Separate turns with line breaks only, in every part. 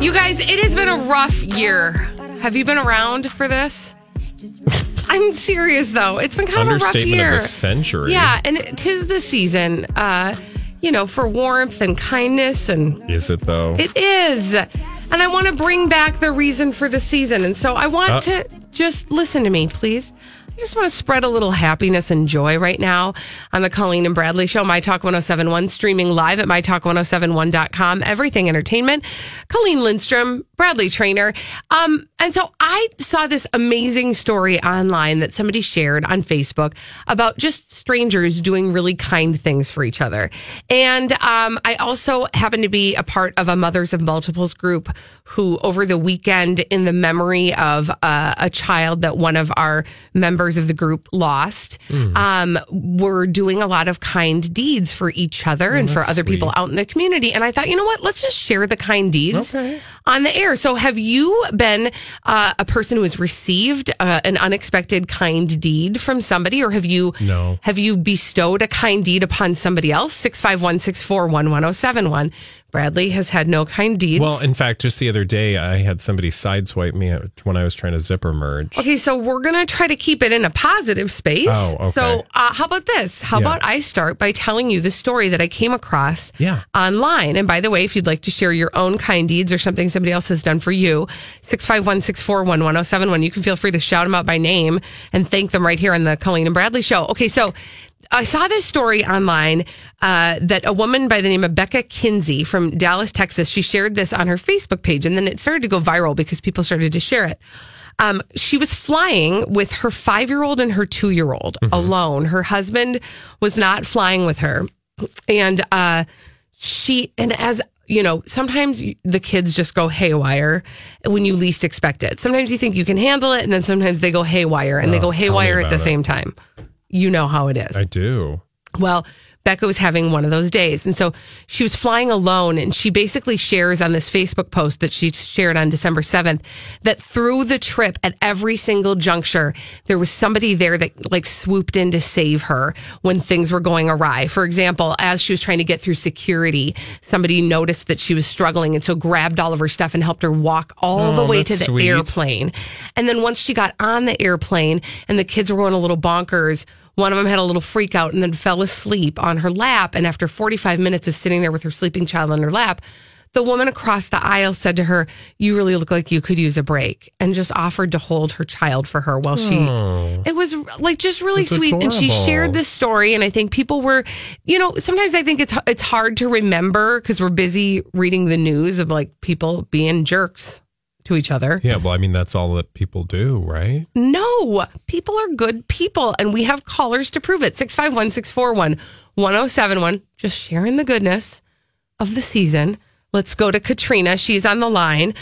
You guys, it has been a rough year. Have you been around for this? I'm serious though. It's been kind of a rough
Understatement
year.
of the century.
Yeah, and tis the season, uh, you know, for warmth and kindness, and
Is it though?
it is. And I want to bring back the reason for the season. And so I want
Uh.
to just listen to me, please. I just want to spread a little happiness and joy right now on the Colleen and Bradley Show, My Talk 1071, streaming live at MyTalk1071.com. Everything Entertainment. Colleen Lindstrom, Bradley Trainer. Um, and so I saw this amazing story online that somebody shared on Facebook about just strangers doing really kind things for each other. And um, I also happen to be a part of a Mothers of Multiples group who, over the weekend, in the memory of uh, a child that one of our members of the group lost,
Hmm.
um, were doing a lot of kind deeds for each other and for
Oh, that's
other people out in the community. And I thought, you know what? Let's just share the kind deeds
Okay.
on the air. So, have you been uh, a person who has received uh, an unexpected kind deed from somebody, or have you
No.
have you bestowed a kind deed upon somebody else? Six five one six four one one zero seven one. Bradley has had no kind deeds.
well, in fact, just the other day, I had somebody sideswipe me at- when I was trying to zipper merge.
Okay, so we're going to try to keep it in a positive space.
Oh, okay.
So, uh, how about this? How
Yeah.
about I start by telling you the story that I came across
Yeah.
online? And by the way, if you'd like to share your own kind deeds or something somebody else has done for you, 651 641 1071, you can feel free to shout them out by name and thank them right here on the Colleen and Bradley show. Okay, so. I saw this story online uh, that a woman by the name of Becca Kinsey from Dallas, Texas, she shared this on her Facebook page, and then it started to go viral because people started to share it um, she was flying with her five year old and her two year old
Mm-hmm.
alone. Her husband was not flying with her. And uh, she, and as you know, sometimes you- the kids just go haywire when you least expect it. Sometimes you think you can handle it, and then sometimes they go haywire and they go haywire at
Oh, about
the
it.
same time. You know how it is.
I do.
Well, Becca was having one of those days. And so she was flying alone. And she basically shares on this Facebook post that she shared on December 7th that through the trip at every single juncture, there was somebody there that like swooped in to save her when things were going awry. For example, as she was trying to get through security, somebody noticed that she was struggling and so grabbed all of her stuff and helped her walk all the
Oh,
way
that's
to the
sweet.
airplane airplane. And then once she got on the airplane and the kids were going a little bonkers, one of them had a little freak out and then fell asleep on her lap. And after 45 minutes of sitting there with her sleeping child on her lap, the woman across the aisle said to her, You really look like you could use a break, and just offered to hold her child for her while she. It was like just really
Oh. That's
sweet. And she
adorable.
shared this story. And I think people were, you know, sometimes I think it's, it's hard to remember because we're busy reading the news of like people being jerks to each other.
Yeah, well, I mean, that's all that people do, right?
No, people are good people, and we have callers to prove it. 651 641 1071. Just sharing the goodness of the season. Let's go to Katrina. She's on the line.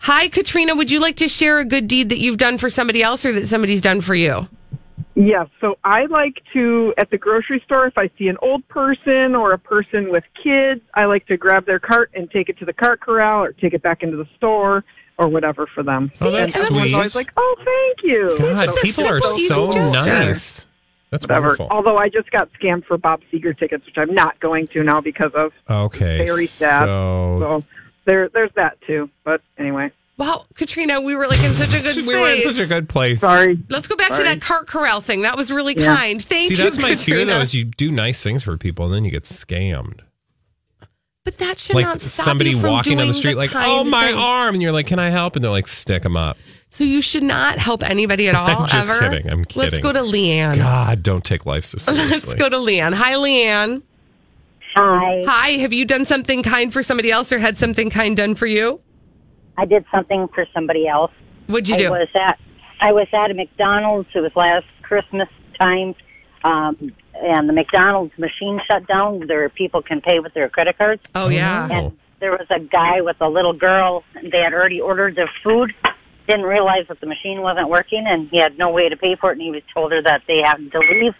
Hi, Katrina. Would you like to share a good deed that you've done for somebody else or that somebody's done for you?
Yeah, so I like to, at the grocery store, if I see an old person or a person with kids, I like to grab their cart and take it to the cart corral or take it back into the store or whatever for them.
Oh, that's
and someone's
sweet.
always like, oh, thank you.
God,
just a
people are
simple, easy
so
gesture.
nice. That's
Whatever.
wonderful.
Although I just got scammed for Bob Seger tickets, which I'm not going to now because of.
Okay.
Very sad.
So,
So there, there's that too. But anyway,
Wow, Katrina, we were like in such a good space.
we were in such a good place.
sorry.
Let's go back to
Sorry.
that cart corral thing. That was really
Yeah.
kind. Thank
See,
you,
that's my fear, though,
Katrina.
is you do nice things for people and then you get scammed.
But that should
like
not stop
somebody
you from
walking on
doing
the street, like,
kind
oh, my
thing."
arm. And you're like, can I help? And they're like, stick them up.
So you should not help anybody at all.
I'm just
ever.
kidding. I'm
Let's
kidding.
go to Leanne.
God, don't take life so seriously.
Let's go to Leanne. Hi, Leanne.
Hi.
Hi. Have you done something kind for somebody else or had something kind done for you?
I did something for somebody else.
What'd you
I
do?
was at I was at a McDonald's. It was last Christmas time, um, and the McDonald's machine shut down. There people can pay with their credit cards.
oh, yeah.
no.
And there was a guy with a little girl. They had already ordered their food. Didn't realize that the machine wasn't working, and he had no way to pay for it. And he was told her that they had to leave.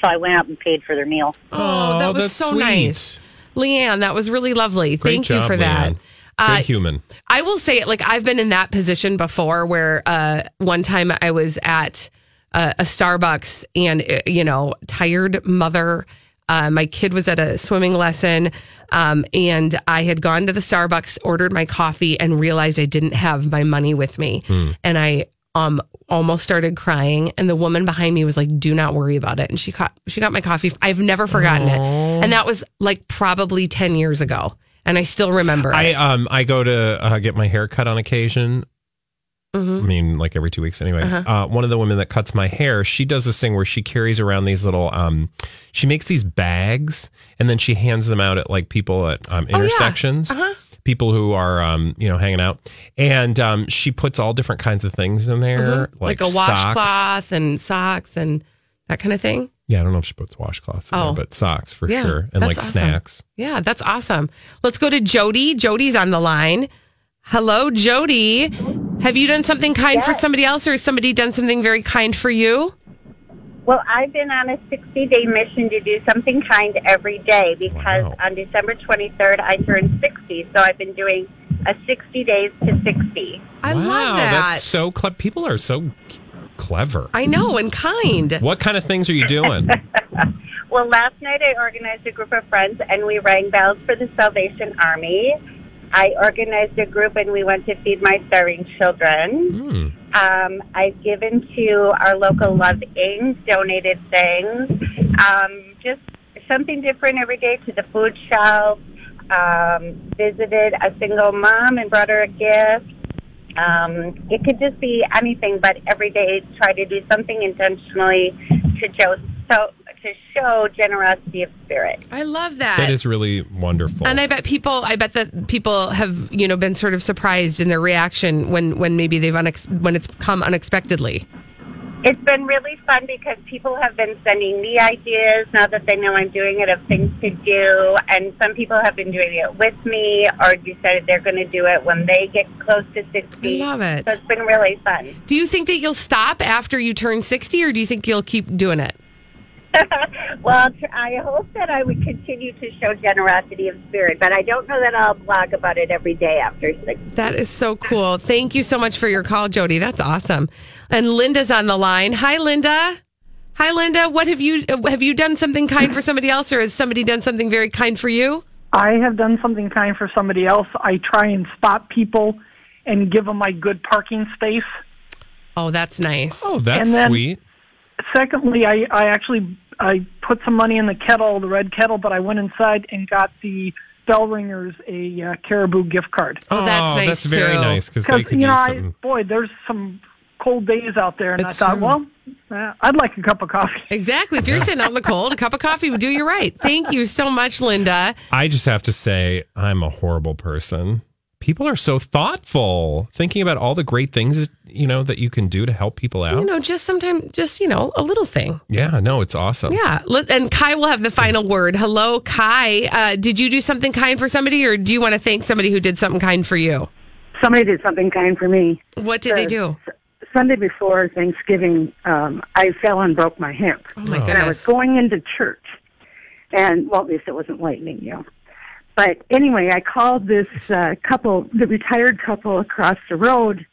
So I went out and paid for their meal.
Oh, that was
that's
so
sweet.
nice.
Mm-hmm.
Leanne, that was really lovely.
Great
Thank
job,
you for that.
Leanne.
Uh,
Good human.
I will say it like I've been in that position before where uh, one time I was at uh, a Starbucks and, uh, you know, tired mother. Uh, my kid was at a swimming lesson. Um, and I had gone to the Starbucks, ordered my coffee, and realized I didn't have my money with me. And I um almost started crying. And the woman behind me was like, "Do not worry about it." And she caught she got my coffee. I've never forgotten it. And that was like probably ten years ago, and I still remember.
I
it.
um I go to uh, get my hair cut on occasion.
Mm-hmm.
I mean, like every two weeks anyway.
Uh-huh.
uh one of the women that cuts my hair, she does this thing where she carries around these little, um, she makes these bags and then she hands them out at like people at
Oh,
um, intersections,
Uh-huh.
people who are, um, you know, hanging out. And um, she puts all different kinds of things in there,
Mm-hmm. like,
like,
a washcloth
socks.
and socks and that kind of thing.
Yeah, I don't know if she puts washcloths in
Oh.
there, but socks for
Yeah,
sure. And
that's
like
awesome.
snacks.
Yeah, that's awesome. Let's go to Jody. Jody's on the line. Hello, Jody. Have you done something kind for somebody else, or has somebody done something very kind for you?
Well, I've been on a 60 day mission to do something kind every day because
Wow.
on December 23rd, I turned 60. So I've been doing a 60 days to 60.
I
wow,
love that.
That's so clever. People are so c- clever.
I know and kind.
What kind of things are you doing?
Well, last night I organized a group of friends and we rang bells for the Salvation Army. I organized a group and we went to feed my starving children.
Hmm.
Um, I've given to our local Love Inc., donated things, um, just something different every day to the food shelf. Um, visited a single mom and brought her a gift. Um, it could just be anything, but every day try to do something intentionally to show, so, to show generosity of spirit.
I love that.
That is really wonderful.
and I bet people, I bet that people have, you know, been sort of surprised in their reaction when, when maybe they've unex- when it's come unexpectedly.
It's been really fun because people have been sending me ideas now that they know I'm doing it of things to do, and some people have been doing it with me or decided they're going to do it when they get close to 60.
I love it.
So it's been really fun.
Do you think that you'll stop after you turn sixty, or do you think you'll keep doing it?
Well, tr- I hope that I would continue to show generosity of spirit, but I don't know that I'll blog about it every day after 60.
That is so cool. Thank you so much for your call, Jody. That's awesome. And Linda's on the line. Hi, Linda. Hi, Linda. What have you uh, have you done something kind for somebody else, or has somebody done something very kind for you?
I have done something kind for somebody else. I try and spot people and give them my good parking space.
Oh, that's nice.
oh, that's
and then-
sweet.
Secondly, I, I actually I put some money in the kettle, the red kettle, but I went inside and got the bell ringers a uh, caribou gift card.
Oh, that's nice,
that's very
too.
nice because they
Because
could
you know,
use
I,
something.
boy, there's some cold days out there, and
It's
I thought,
true.
well, uh, I'd like a cup of coffee.
Exactly. If you're sitting out in the cold, a cup of coffee would do you right. Thank you so much, Linda.
I just have to say, I'm a horrible person. People are so thoughtful, thinking about all the great things you know that you can do to help people out.
You know, just sometimes, just you know, a little thing.
yeah, no, it's awesome.
Yeah. Let- And Kai will have the final word. Hello, Kai. Uh, did you do something kind for somebody, or do you want to thank somebody who did something kind for you?
somebody did something kind for me.
What did they do?
Sunday before Thanksgiving, um, I fell and broke my hip.
Oh my
and I was
goodness.
going into church, and well, at least it wasn't lightning, you know. But anyway, I called this uh, couple, the retired couple across the road,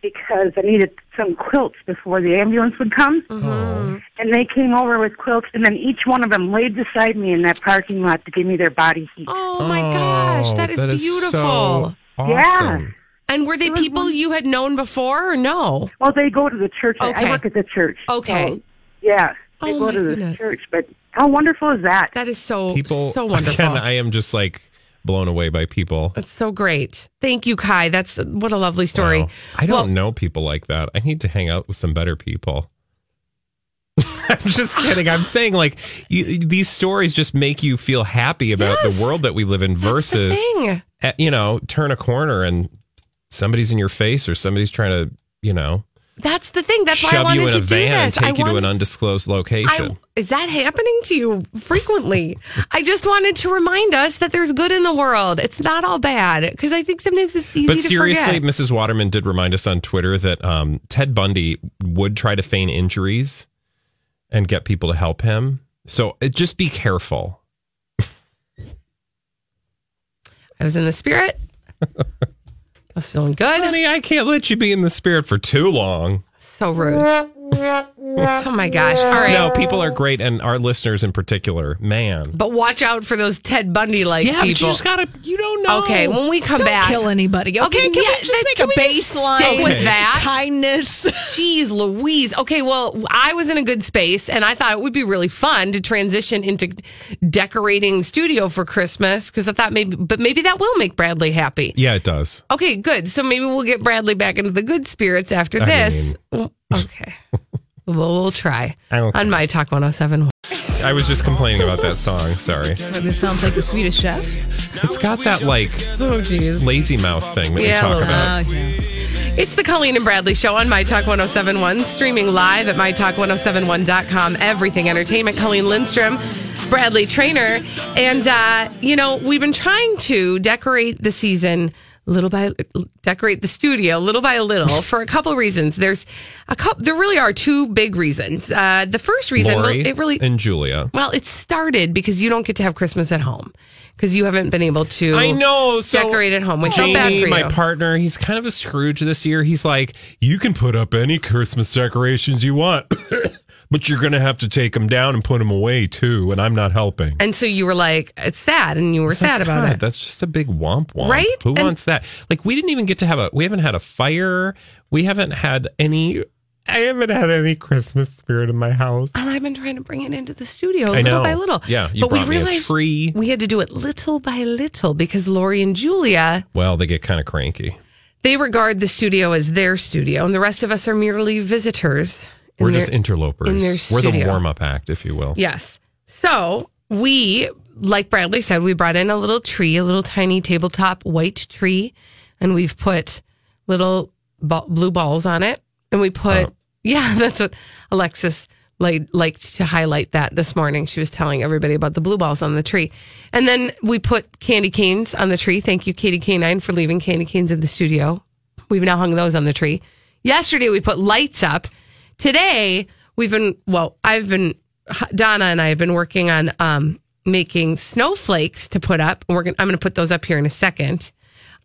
because I needed some quilts before the ambulance would come.
Mm-hmm.
Oh,
And they came over with quilts, and then each one of them laid beside me in that parking lot to give me their body heat.
Oh my gosh,
Oh,
that is beautiful.
so
Yeah.
awesome.
and were they people you had known before or no?
Well, they go to the church. I-
Okay.
I work at the church.
Okay.
Oh.
So, yeah. They
Oh,
go
my
to the
goodness.
church. But how wonderful is that?
That is so
People,
so wonderful.
Again, I am just like blown away by people.
That's so great. Thank you, Kai. That's what a lovely story.
Wow. I don't
Well-
know people like that. I need to hang out with some better people. I'm just kidding. I'm saying like you, these stories just make you feel happy about
Yes.
the world that we live in
That's the
versus
thing.
eh, you know, turn a corner and somebody's in your face or somebody's trying to, you know,
That's the thing. That's why I
shove you
wanted
in
to
a
do
van and
this.
take
I
you to
wanted-
an undisclosed location.
I, is that happening to you frequently? I just wanted to remind us that there's good in the world. It's not all bad because I think sometimes it's easy
But
to
seriously,
forget.
Mrs. Waterman did remind us on Twitter that um, Ted Bundy would try to feign injuries and get people to help him. So uh, just be careful.
I was in the spirit. I was feeling good.
Honey, I can't let you be in the spirit for too long.
So rude. Oh my gosh. All right.
No, people are great, and our listeners in particular, man.
But watch out for those Ted Bundy like
Yeah, but you
people.
just gotta, you don't know.
okay, when we come
Don't
back.
kill anybody. Okay,
Okay,
can
yeah,
we just
that-
make
can
a
we just stick
baseline
with that?
kindness?
Jeez Louise. Okay, well, I was in a good space and I thought it would be really fun to transition into decorating the studio for Christmas because I thought maybe, but maybe that will make Bradley happy.
Yeah, it does.
Okay, good. So maybe we'll get Bradley back into the good spirits after
I
this. okay. Well, we'll try
Okay.
on My Talk 107.
I was just complaining about that song. Sorry.
this sounds like the Swedish Chef.
It's got that like
Oh, geez.
lazy mouth thing that we
Yeah,
talk
little
about.
Oh, yeah.
It's the Colleen and Bradley Show on My Talk 1071, streaming live at MyTalk1071.com. Everything Entertainment. Colleen Lindstrom, Bradley Trainer. And, uh, you know, we've been trying to decorate the season little by decorate the studio little by little for a couple reasons there's a couple there really are two big reasons uh the first reason
Lori
it really
and Julia.
well it started because you don't get to have christmas at home because you haven't been able to
I know. So
decorate at home which
Jamie,
is bad for you
my partner, he's kind of a Scrooge this year. He's like, you can put up any Christmas decorations you want, but you're gonna have to take them down and put them away too. And I'm not helping.
And so you were like, it's sad, and you were sad about
God,
it.
That's just a big womp womp.
Right?
Who
And-
wants that? Like we didn't even get to have a we haven't had a fire. We haven't had any I haven't had any Christmas spirit in my house.
and I've been trying to bring it into the studio
I
little
know.
by little.
Yeah, you
but we
brought me a
realized
tree.
we had to do it little by little because Lori and Julia
Well, they get kind of cranky.
they regard the studio as their studio, and the rest of us are merely visitors. in
We're
their-
just interlopers.
in their
We're the
studio.
warm up act, if you will.
Yes. So we, like Bradley said, we brought in a little tree, a little tiny tabletop white tree, and we've put little ba- blue balls on it. And we put, yeah, that's what Alexis like, liked to highlight that this morning. She was telling everybody about the blue balls on the tree. And then we put candy canes on the tree. Thank you, Katie Canine, for leaving candy canes in the studio. We've now hung those on the tree. Yesterday we put lights up. Today we've been well. I've been Donna and I have been working on um, making snowflakes to put up. We're gonna, I'm going to put those up here in a second.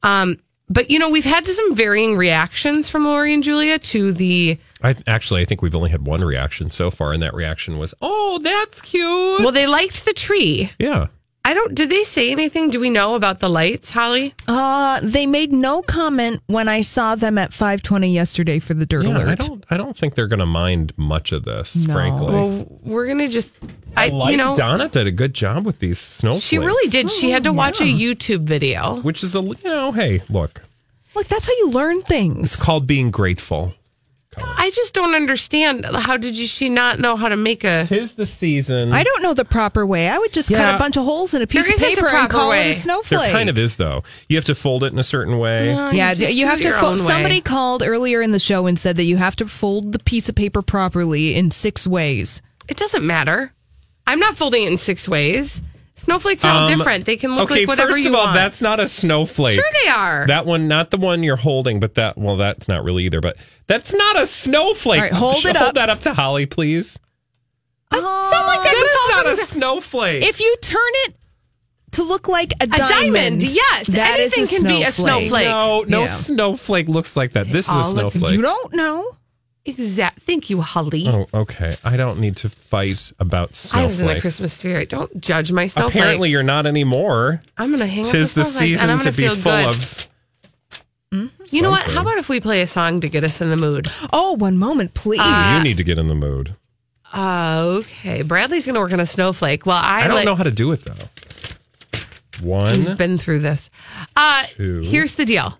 Um, but you know we've had some varying reactions from Lori and Julia to the
I actually I think we've only had one reaction so far, and that reaction was, Oh, that's cute.
well they liked the tree.
yeah.
I don't. Did they say anything? Do we know about the lights, Holly?
Uh, they made no comment when I saw them at 5:20 yesterday for the dirt
Yeah,
alert.
I don't I don't think they're gonna mind much of this,
No.
frankly.
Well, we're gonna just. I,
like
you know
Donna did a good job with these snowflakes.
she really did. She
Oh,
had to watch a YouTube video.
Which is a you know, hey, look.
Look, that's how you learn
It's
things.
called being grateful.
I just don't understand. How did you, she not know how to make a?
Tis the season.
I don't know the proper way. I would just cut
Yeah.
a bunch of holes in a piece
There
of
isn't a
paper and
proper
call it
way.
a
There
snowflake.
kind of is though. You have to fold it in a certain way.
yeah,
just
you
do
have to.
your
Fo-
own way.
somebody called earlier in the show and said that you have to fold the piece of paper properly in six ways.
It doesn't matter. I'm not folding it in six ways. Snowflakes are all
Um,
different. They can look
okay,
like whatever
first
you
of all,
want.
that's not a snowflake.
sure they are.
That one, not the one you're holding, but that well, that's not really either. But that's not a snowflake.
All right, hold it
Hold
up.
that up to Holly, please.
Oh,
That is not a snowflake.
if you turn it to look like a, diamond,
diamond, yes.
that is
Anything can be a snowflake.
no, no
Yeah.
snowflake looks like that. This is a
all looks-
snowflake.
You don't know.
exact. Thank you, Holly.
oh, okay. I don't need to fight
I
about
was in the
snowflakes.
Christmas spirit. Don't judge my snowflakes.
Apparently, you're not anymore.
I'm gonna hang. up
Tis the
snowflakes, and I'm
season to
gonna
be
feel
full
good.
of.
You know what? How
something.
about if we play a song to get us in the mood?
Oh, one moment, please.
you need to get in the mood.
Uh, okay. Bradley's gonna work on a snowflake. Well, I,
I don't
like,
know how to do it though. One,
We've been through this. Uh,
Two.
here's the deal.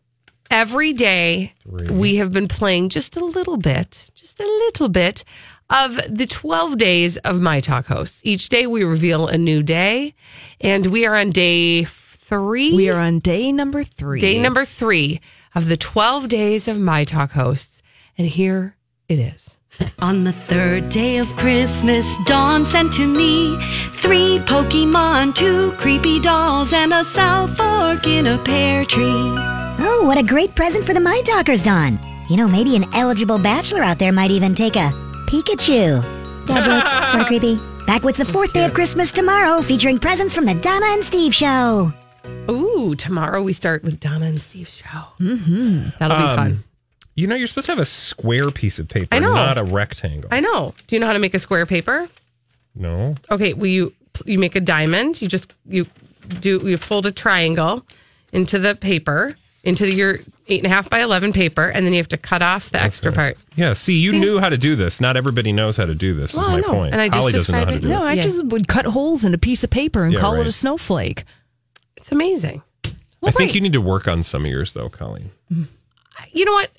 Every day we have been playing just a little bit, just a little bit of the 12 days of My Talk hosts. Each day we reveal a new day, and we are on day three.
We are on day number three.
day number three of the 12 days of My Talk hosts, and here it is.
On the third day of Christmas, Dawn sent to me three Pokemon, two creepy dolls, and a South Fork in a pear tree.
Oh, what a great present for the My Talkers, Don. You know, maybe an eligible bachelor out there might even take a Pikachu. Dad joke, sort of creepy. Back with the fourth day of Christmas tomorrow, featuring presents from the Donna and Steve show.
Ooh, tomorrow we start with Donna and Steve's show. Mm-hmm. That'll be fun.
You know, you're supposed to have a square piece of paper,
I know.
not a rectangle.
I know. Do you know how to make a square paper?
No.
Okay, well you you make a diamond. You just you do you fold a triangle into the paper into your eight and a half by eleven paper, and then you have to cut off the extra part.
Yeah. See, you
See?
knew how to do this. Not everybody knows how to do this.
Well,
is
I
my
know.
point.
And I just
Holly doesn't know
described
how to
it.
do
No,
it.
I
Yeah.
just would cut holes in a piece of paper and
Yeah,
call it a
right.
snowflake.
It's amazing.
I think
right.
you need to work on some of yours, though, Colleen.
You know what?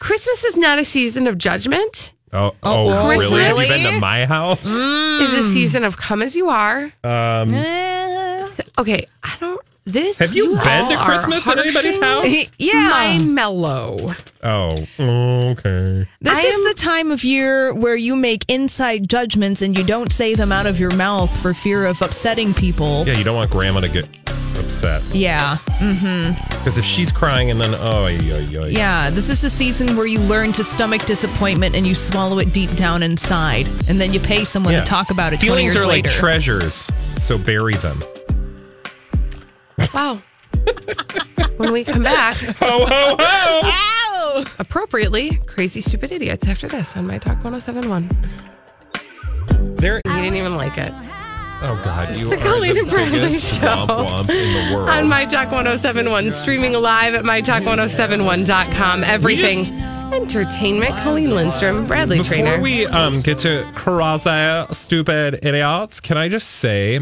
Christmas is not a season of judgment.
Oh, oh,
oh,
really? Have you
really?
been to my house?
It's a
Hmm.
season of come as you are.
Um,
Uh,
Okay, I don't. This
Have you been to
all are
Christmas at anybody's
harshing
house? Yeah.
my mellow.
oh, okay.
This
I
is
am-
the time of year where you make inside judgments and you don't say them out of your mouth for fear of upsetting people.
Yeah, you don't want grandma to get upset
Yeah.
because if she's crying and then oh, yeah, yeah,
Yeah, this is the season where you learn to stomach disappointment and you swallow it deep down inside. And then you pay someone to talk about it 20
Feelings
years
are
later.
like treasures, so bury them.
Wow. when we come back,
Ho ho ho!
appropriately, crazy stupid idiots after this on My Talk 1071.
There.
You didn't even like it.
Oh God, you are
Colleen
the
and Bradley
biggest
Show.
womp womp in the world.
On My Talk 1071, streaming live at MyTalk1071.com. Everything
just-
entertainment. Colleen Lindstrom, Bradley
Before
Trainer.
we um, get to crazy stupid idiots, can I just say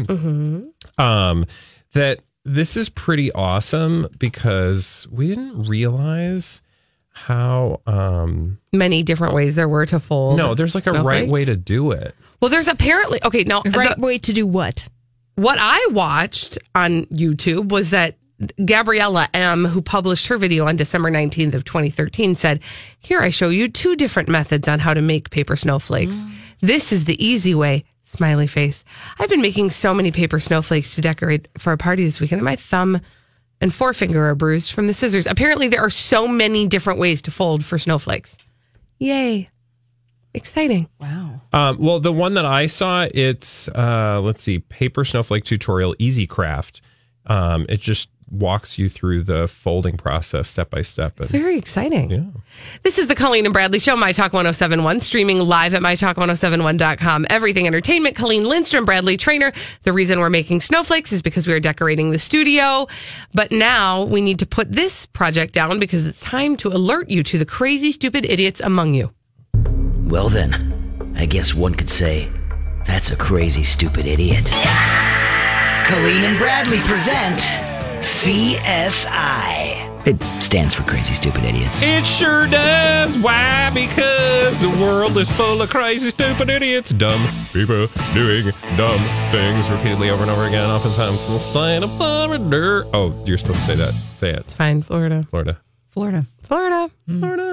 um, that this is pretty awesome because we didn't realize how um
Many different ways there were to fold.
no there's like a right
snowflakes.
way to do it
Well, there's apparently, okay, no,
Right
the-
way to do what?
what I watched on YouTube was that Gabriella M, who published her video on December 19th of 2013, said, Here I show you two different methods on how to make paper snowflakes. This is the easy way. Smiley face. I've been making so many paper snowflakes to decorate for a party this weekend that my thumb and forefinger are bruised from the scissors. Apparently, there are so many different ways to fold for snowflakes. Yay. Exciting.
um well the one that i saw it's uh let's see paper snowflake tutorial easy craft um it just walks you through the folding process step by step and
Very exciting. This is the Colleen and Bradley Show, My Talk 1071, streaming live at MyTalk1071.com. Everything entertainment. Colleen Lindstrom, Bradley Trainer. The reason we're making snowflakes is because we are decorating the studio. But now we need to put this project down because it's time to alert you to the crazy, stupid idiots among you.
Well, then, I guess one could say that's a crazy, stupid idiot. Colleen and Bradley present CSI. It stands for Crazy Stupid Idiots.
It sure does. Why? Because the world is full of crazy, stupid idiots, dumb people doing dumb things repeatedly over and over again, oftentimes from the state of Florida. Oh, you're supposed to say that. Say it,
Fine, Florida.
Florida.
Florida.
Florida. Florida.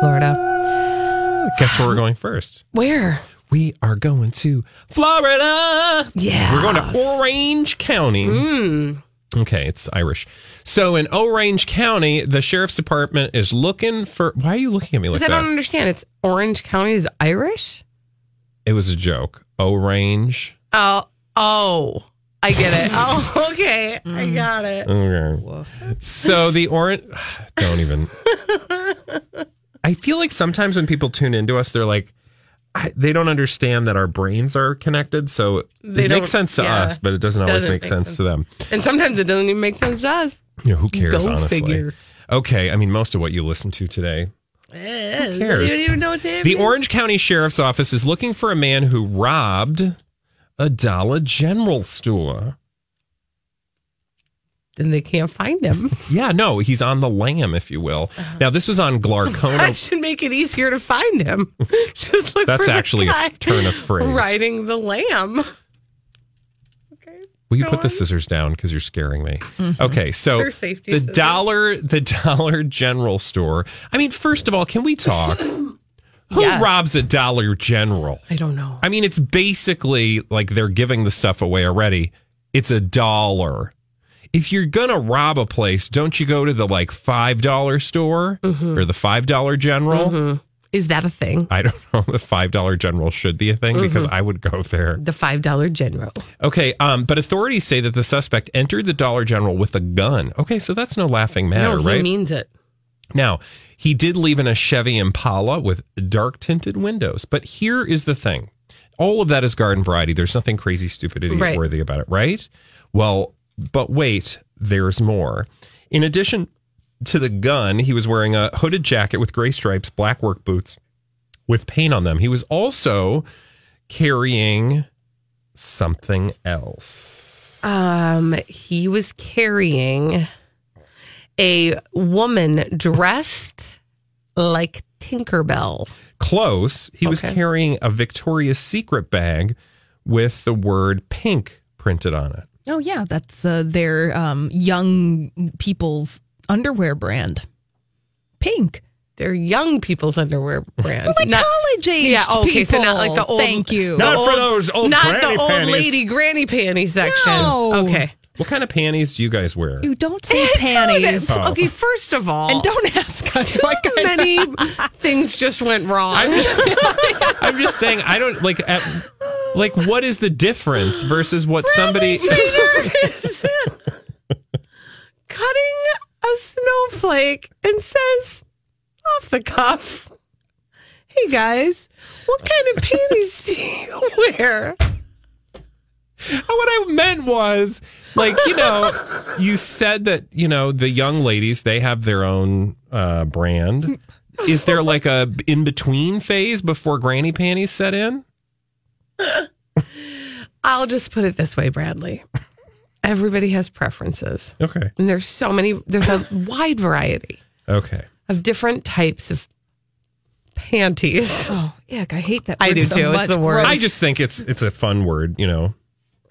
Florida.
Guess where we're going first?
Where?
We are going to Florida.
Yeah.
We're going to Orange County.
Hmm.
Okay, it's Irish. So in Orange County, the sheriff's department is looking for. Why are you looking at me like
Because I
that?
don't understand. It's Orange County is Irish?
It was a joke. Orange.
Oh, oh, I get it. Oh, okay, I got it.
Okay. So the orange. Don't even. I feel like sometimes when people tune into us, they're like, I, they don't understand that our brains are connected. So
They
it
don't-
makes sense to
yeah.
us, but it doesn't always
Doesn't
make,
make
sense,
sense.
to them.
And sometimes it doesn't even make sense to us.
You know, who cares,
Go
honestly?
figure.
Okay. I mean, most of what you listen to today. Who cares?
You don't even know what's
The Orange County Sheriff's Office is looking for a man who robbed a Dollar General store.
Then they can't find him.
Yeah, no, he's on the lam, if you will.
Uh-huh.
Now, this was on Glarcona
That should make it easier to find him. Just look.
That's
for the
actually a
guy
turn of phrase.
Riding the lamb.
Will you
Go
put the
on.
scissors down because you're scaring me? Okay, so
Mm-hmm. They're safety
the
scissors.
dollar, the Dollar General store. I mean, first of all, can we talk? Who
Yes.
robs a Dollar General?
I don't know.
I mean, it's basically like they're giving the stuff away already. It's a dollar. If you're gonna rob a place, don't you go to the like five dollar store
Mm-hmm.
or the five dollar general?
Is that a thing?
I don't know. The five dollar general should be a thing because I would go there.
The five dollar general.
Okay, um, but authorities say that the suspect entered the Dollar General with a gun. Okay, so that's no laughing matter,
no, he
right?
means it.
Now, he did leave in a Chevy Impala with dark tinted windows. But here is the thing all of that is garden variety. There's nothing crazy, stupid, idiot
Right.
worthy about it, right? Well, but wait, there's more. In addition to the gun, he was wearing a hooded jacket with gray stripes, black work boots with paint on them. He was also carrying something else.
Um, he was carrying a woman dressed like Tinkerbell.
Close. He was
Okay.
carrying a Victoria's Secret bag with the word pink printed on it.
Oh yeah, that's uh, their um, young people's underwear brand. Pink.
They're young people's underwear brand.
Like
Not-
college age.
yeah, oh, okay, so not like the old.
Thank you.
the
Not for those old
Not
granny
the old
panties.
lady granny panty section.
No.
Okay.
What kind of panties do you guys wear?
You don't say
It's on it.
panties.
Oh.
Okay, first of all,
And don't ask us what
too
kind
many things just went wrong.
I'm just, I'm just saying, I don't like, at, like, what is the difference versus what somebody?
is cutting a snowflake and says off the cuff, "Hey guys, what kind of panties do you wear?"
what I meant was, like, you know, you said that you know the young ladies they have their own uh, brand. Is there like a in between phase before granny panties set in?
I'll just put it this way, Bradley. Everybody has preferences,
Okay,
and there's so many. There's a wide variety
okay.
of different types of panties.
Oh, yuck, I hate that.
I
word
do
so
too. It's
much.
the worst.
Gross.
I just think it's it's a fun word, you know.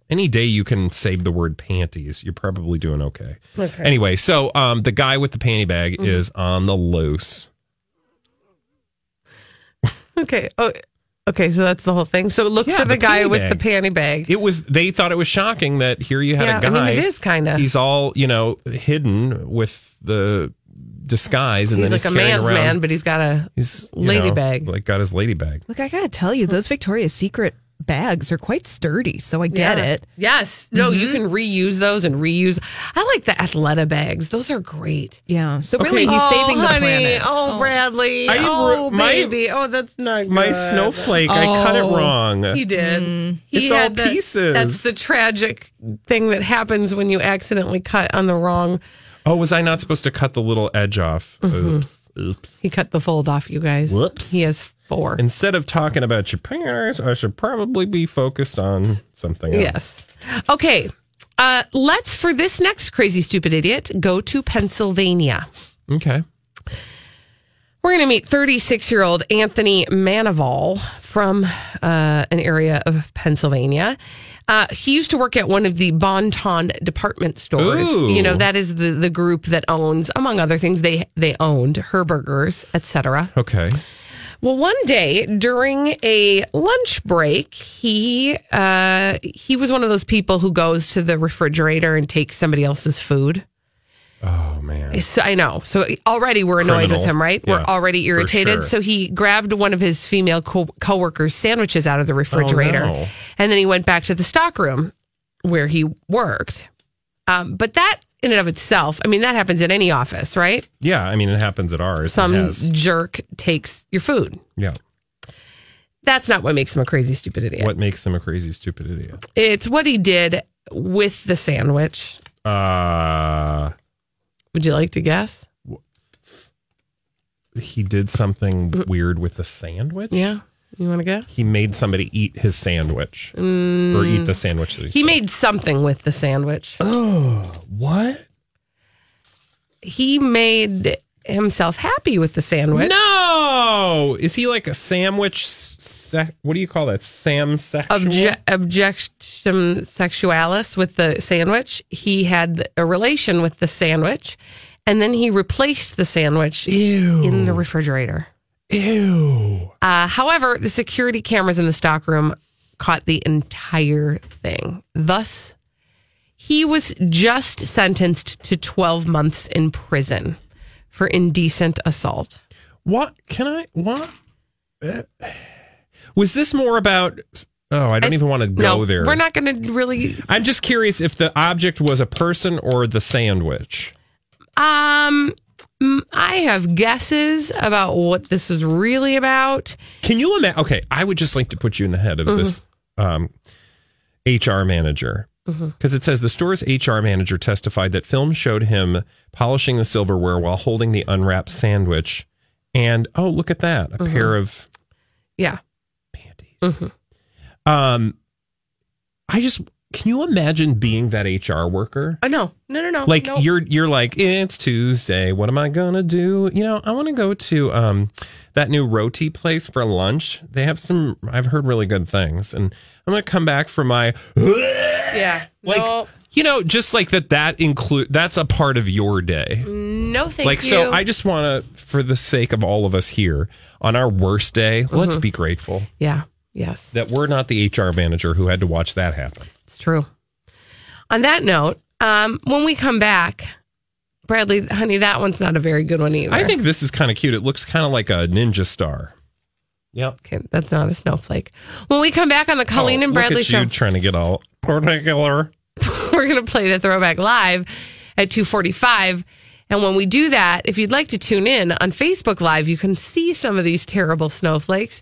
Any day you can save the word panties, you're probably doing okay. okay. Anyway, so um, the guy with the panty bag
Mm-hmm.
is on the loose.
Okay. Oh, okay. So that's the whole thing. So look
Yeah,
for the,
the
guy
panty
with the
bag.
panty bag.
It was they thought it was shocking that here you had
yeah,
a guy.
I mean, it is kind of.
He's all you know hidden with the disguise, and
He's
then
like
he's
a
carrying
man's
around.
man, but he's got a.
he's you
lady
know,
bag.
Like got his lady bag.
Look, I gotta tell
Hmm.
you, those Victoria's Secret bags are quite sturdy, so I get
Yeah.
it.
Yes. No,
Mm-hmm.
you can reuse those and reuse. I like the Athleta bags. Those are great.
Yeah. So really, he's
oh,
saving the
honey.
planet.
Oh, Bradley.
I
oh,
wrote my-
baby. Oh, that's not
My
good. Oh.
snowflake, I cut it wrong.
He did. He
Mm. It's all
had the-
pieces.
That's the tragic thing that happens when you accidentally cut on the wrong.
Oh, was I not supposed to cut the little edge off?
Mm-hmm.
Oops, oops.
He cut the fold off, you guys.
Whoops.
He has four.
Instead of talking about your parents, I should probably be focused on something else.
Yes. Okay. Uh, let's, for this next crazy, stupid idiot, go to Pennsylvania.
Okay.
We're going to meet 36 year old Anthony Manival from uh, an area of Pennsylvania. Uh, he used to work at one of the Bon Ton department stores.
Ooh.
You know, that is the, the group that owns, among other things, they, they owned Herbergers, et cetera.
Okay.
Well, one day during a lunch break, he uh, he was one of those people who goes to the refrigerator and takes somebody else's food.
Oh man.
So, I know. So already we're annoyed
Criminal.
with him, right? we're
Yeah,
already
for
irritated.
sure.
So he grabbed one of his female co- coworkers' sandwiches out of the refrigerator,
Oh, no.
and then he went back to the stockroom where he worked. Um, but that in and of itself, I mean, that happens in any office, right?
Yeah, I mean it happens at ours. It
Some
has.
jerk takes your food.
Yeah.
That's not what makes him a crazy, stupid idiot.
What makes him a crazy stupid idiot?
It's what he did with the sandwich.
Uh
Would you like to guess?
he did something weird with the sandwich.
Yeah. You want to guess?
He made somebody eat his sandwich or eat the sandwich that he,
He
sold.
made something with the sandwich.
What?
He made himself happy with the sandwich.
No. Is he like a sandwich sec- what do you call that? Sam sexual?
Obje- objection sexualis with the sandwich. He had a relation with the sandwich, and then he replaced the sandwich in the refrigerator.
Ew.
Uh, however, the security cameras in the stockroom caught the entire thing. Thus, he was just sentenced to 12 months in prison for indecent assault.
What can I? What Uh, was this more about? Oh, I don't even want to go
no,
there.
We're not going to really.
I'm just curious if the object was a person or the sandwich.
Um, Mm, I have guesses about what this is really about.
Can you imagine? Okay, I would just like to put you in the head of
Mhm.
this um, HR manager
Mhm.
because it says the store's HR manager testified that film showed him polishing the silverware while holding the unwrapped sandwich, and oh look at that, a
Mm-hmm.
pair of
Yeah.
panties.
Mm-hmm.
Um, I just can you imagine being that HR worker?
Uh, no, no, no, no.
like
no.
you're you're like it's Tuesday. What am I gonna do? You know, I want to go to um that new roti place for lunch. They have some. I've heard really good things, and I'm gonna come back for my.
Yeah.
Like
no,
you know, just like that. That include that's a part of your day.
no, thank
like
you.
so, I just want to, for the sake of all of us here, on our worst day, let's
Mhm.
be grateful
yeah. Yes.
that we're not the HR manager who had to watch that happen.
It's true. On that note, um, when we come back, Bradley, honey, that one's not a very good one either.
I think this is kind of cute. It looks kind of like a ninja star. Yep.
Okay, that's not a snowflake. When we come back on the Colleen and
Oh, Look
Bradley
at you
show,
trying to get all particular.
we're going to play the throwback live at 2:45. And when we do that, if you'd like to tune in on Facebook Live, you can see some of these terrible snowflakes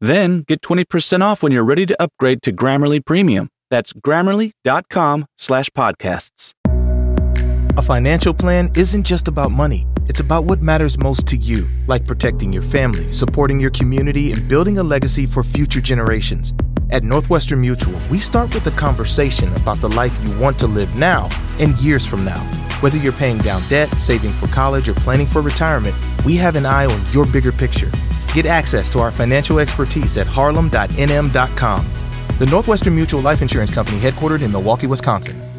Then get 20% off when you're ready to upgrade to Grammarly Premium. That's grammarly.com slash podcasts.
A financial plan isn't just about money, it's about what matters most to you, like protecting your family, supporting your community, and building a legacy for future generations. At Northwestern Mutual, we start with a conversation about the life you want to live now and years from now. Whether you're paying down debt, saving for college, or planning for retirement, we have an eye on your bigger picture. Get access to our financial expertise at harlem.nm.com. The Northwestern Mutual Life Insurance Company, headquartered in Milwaukee, Wisconsin.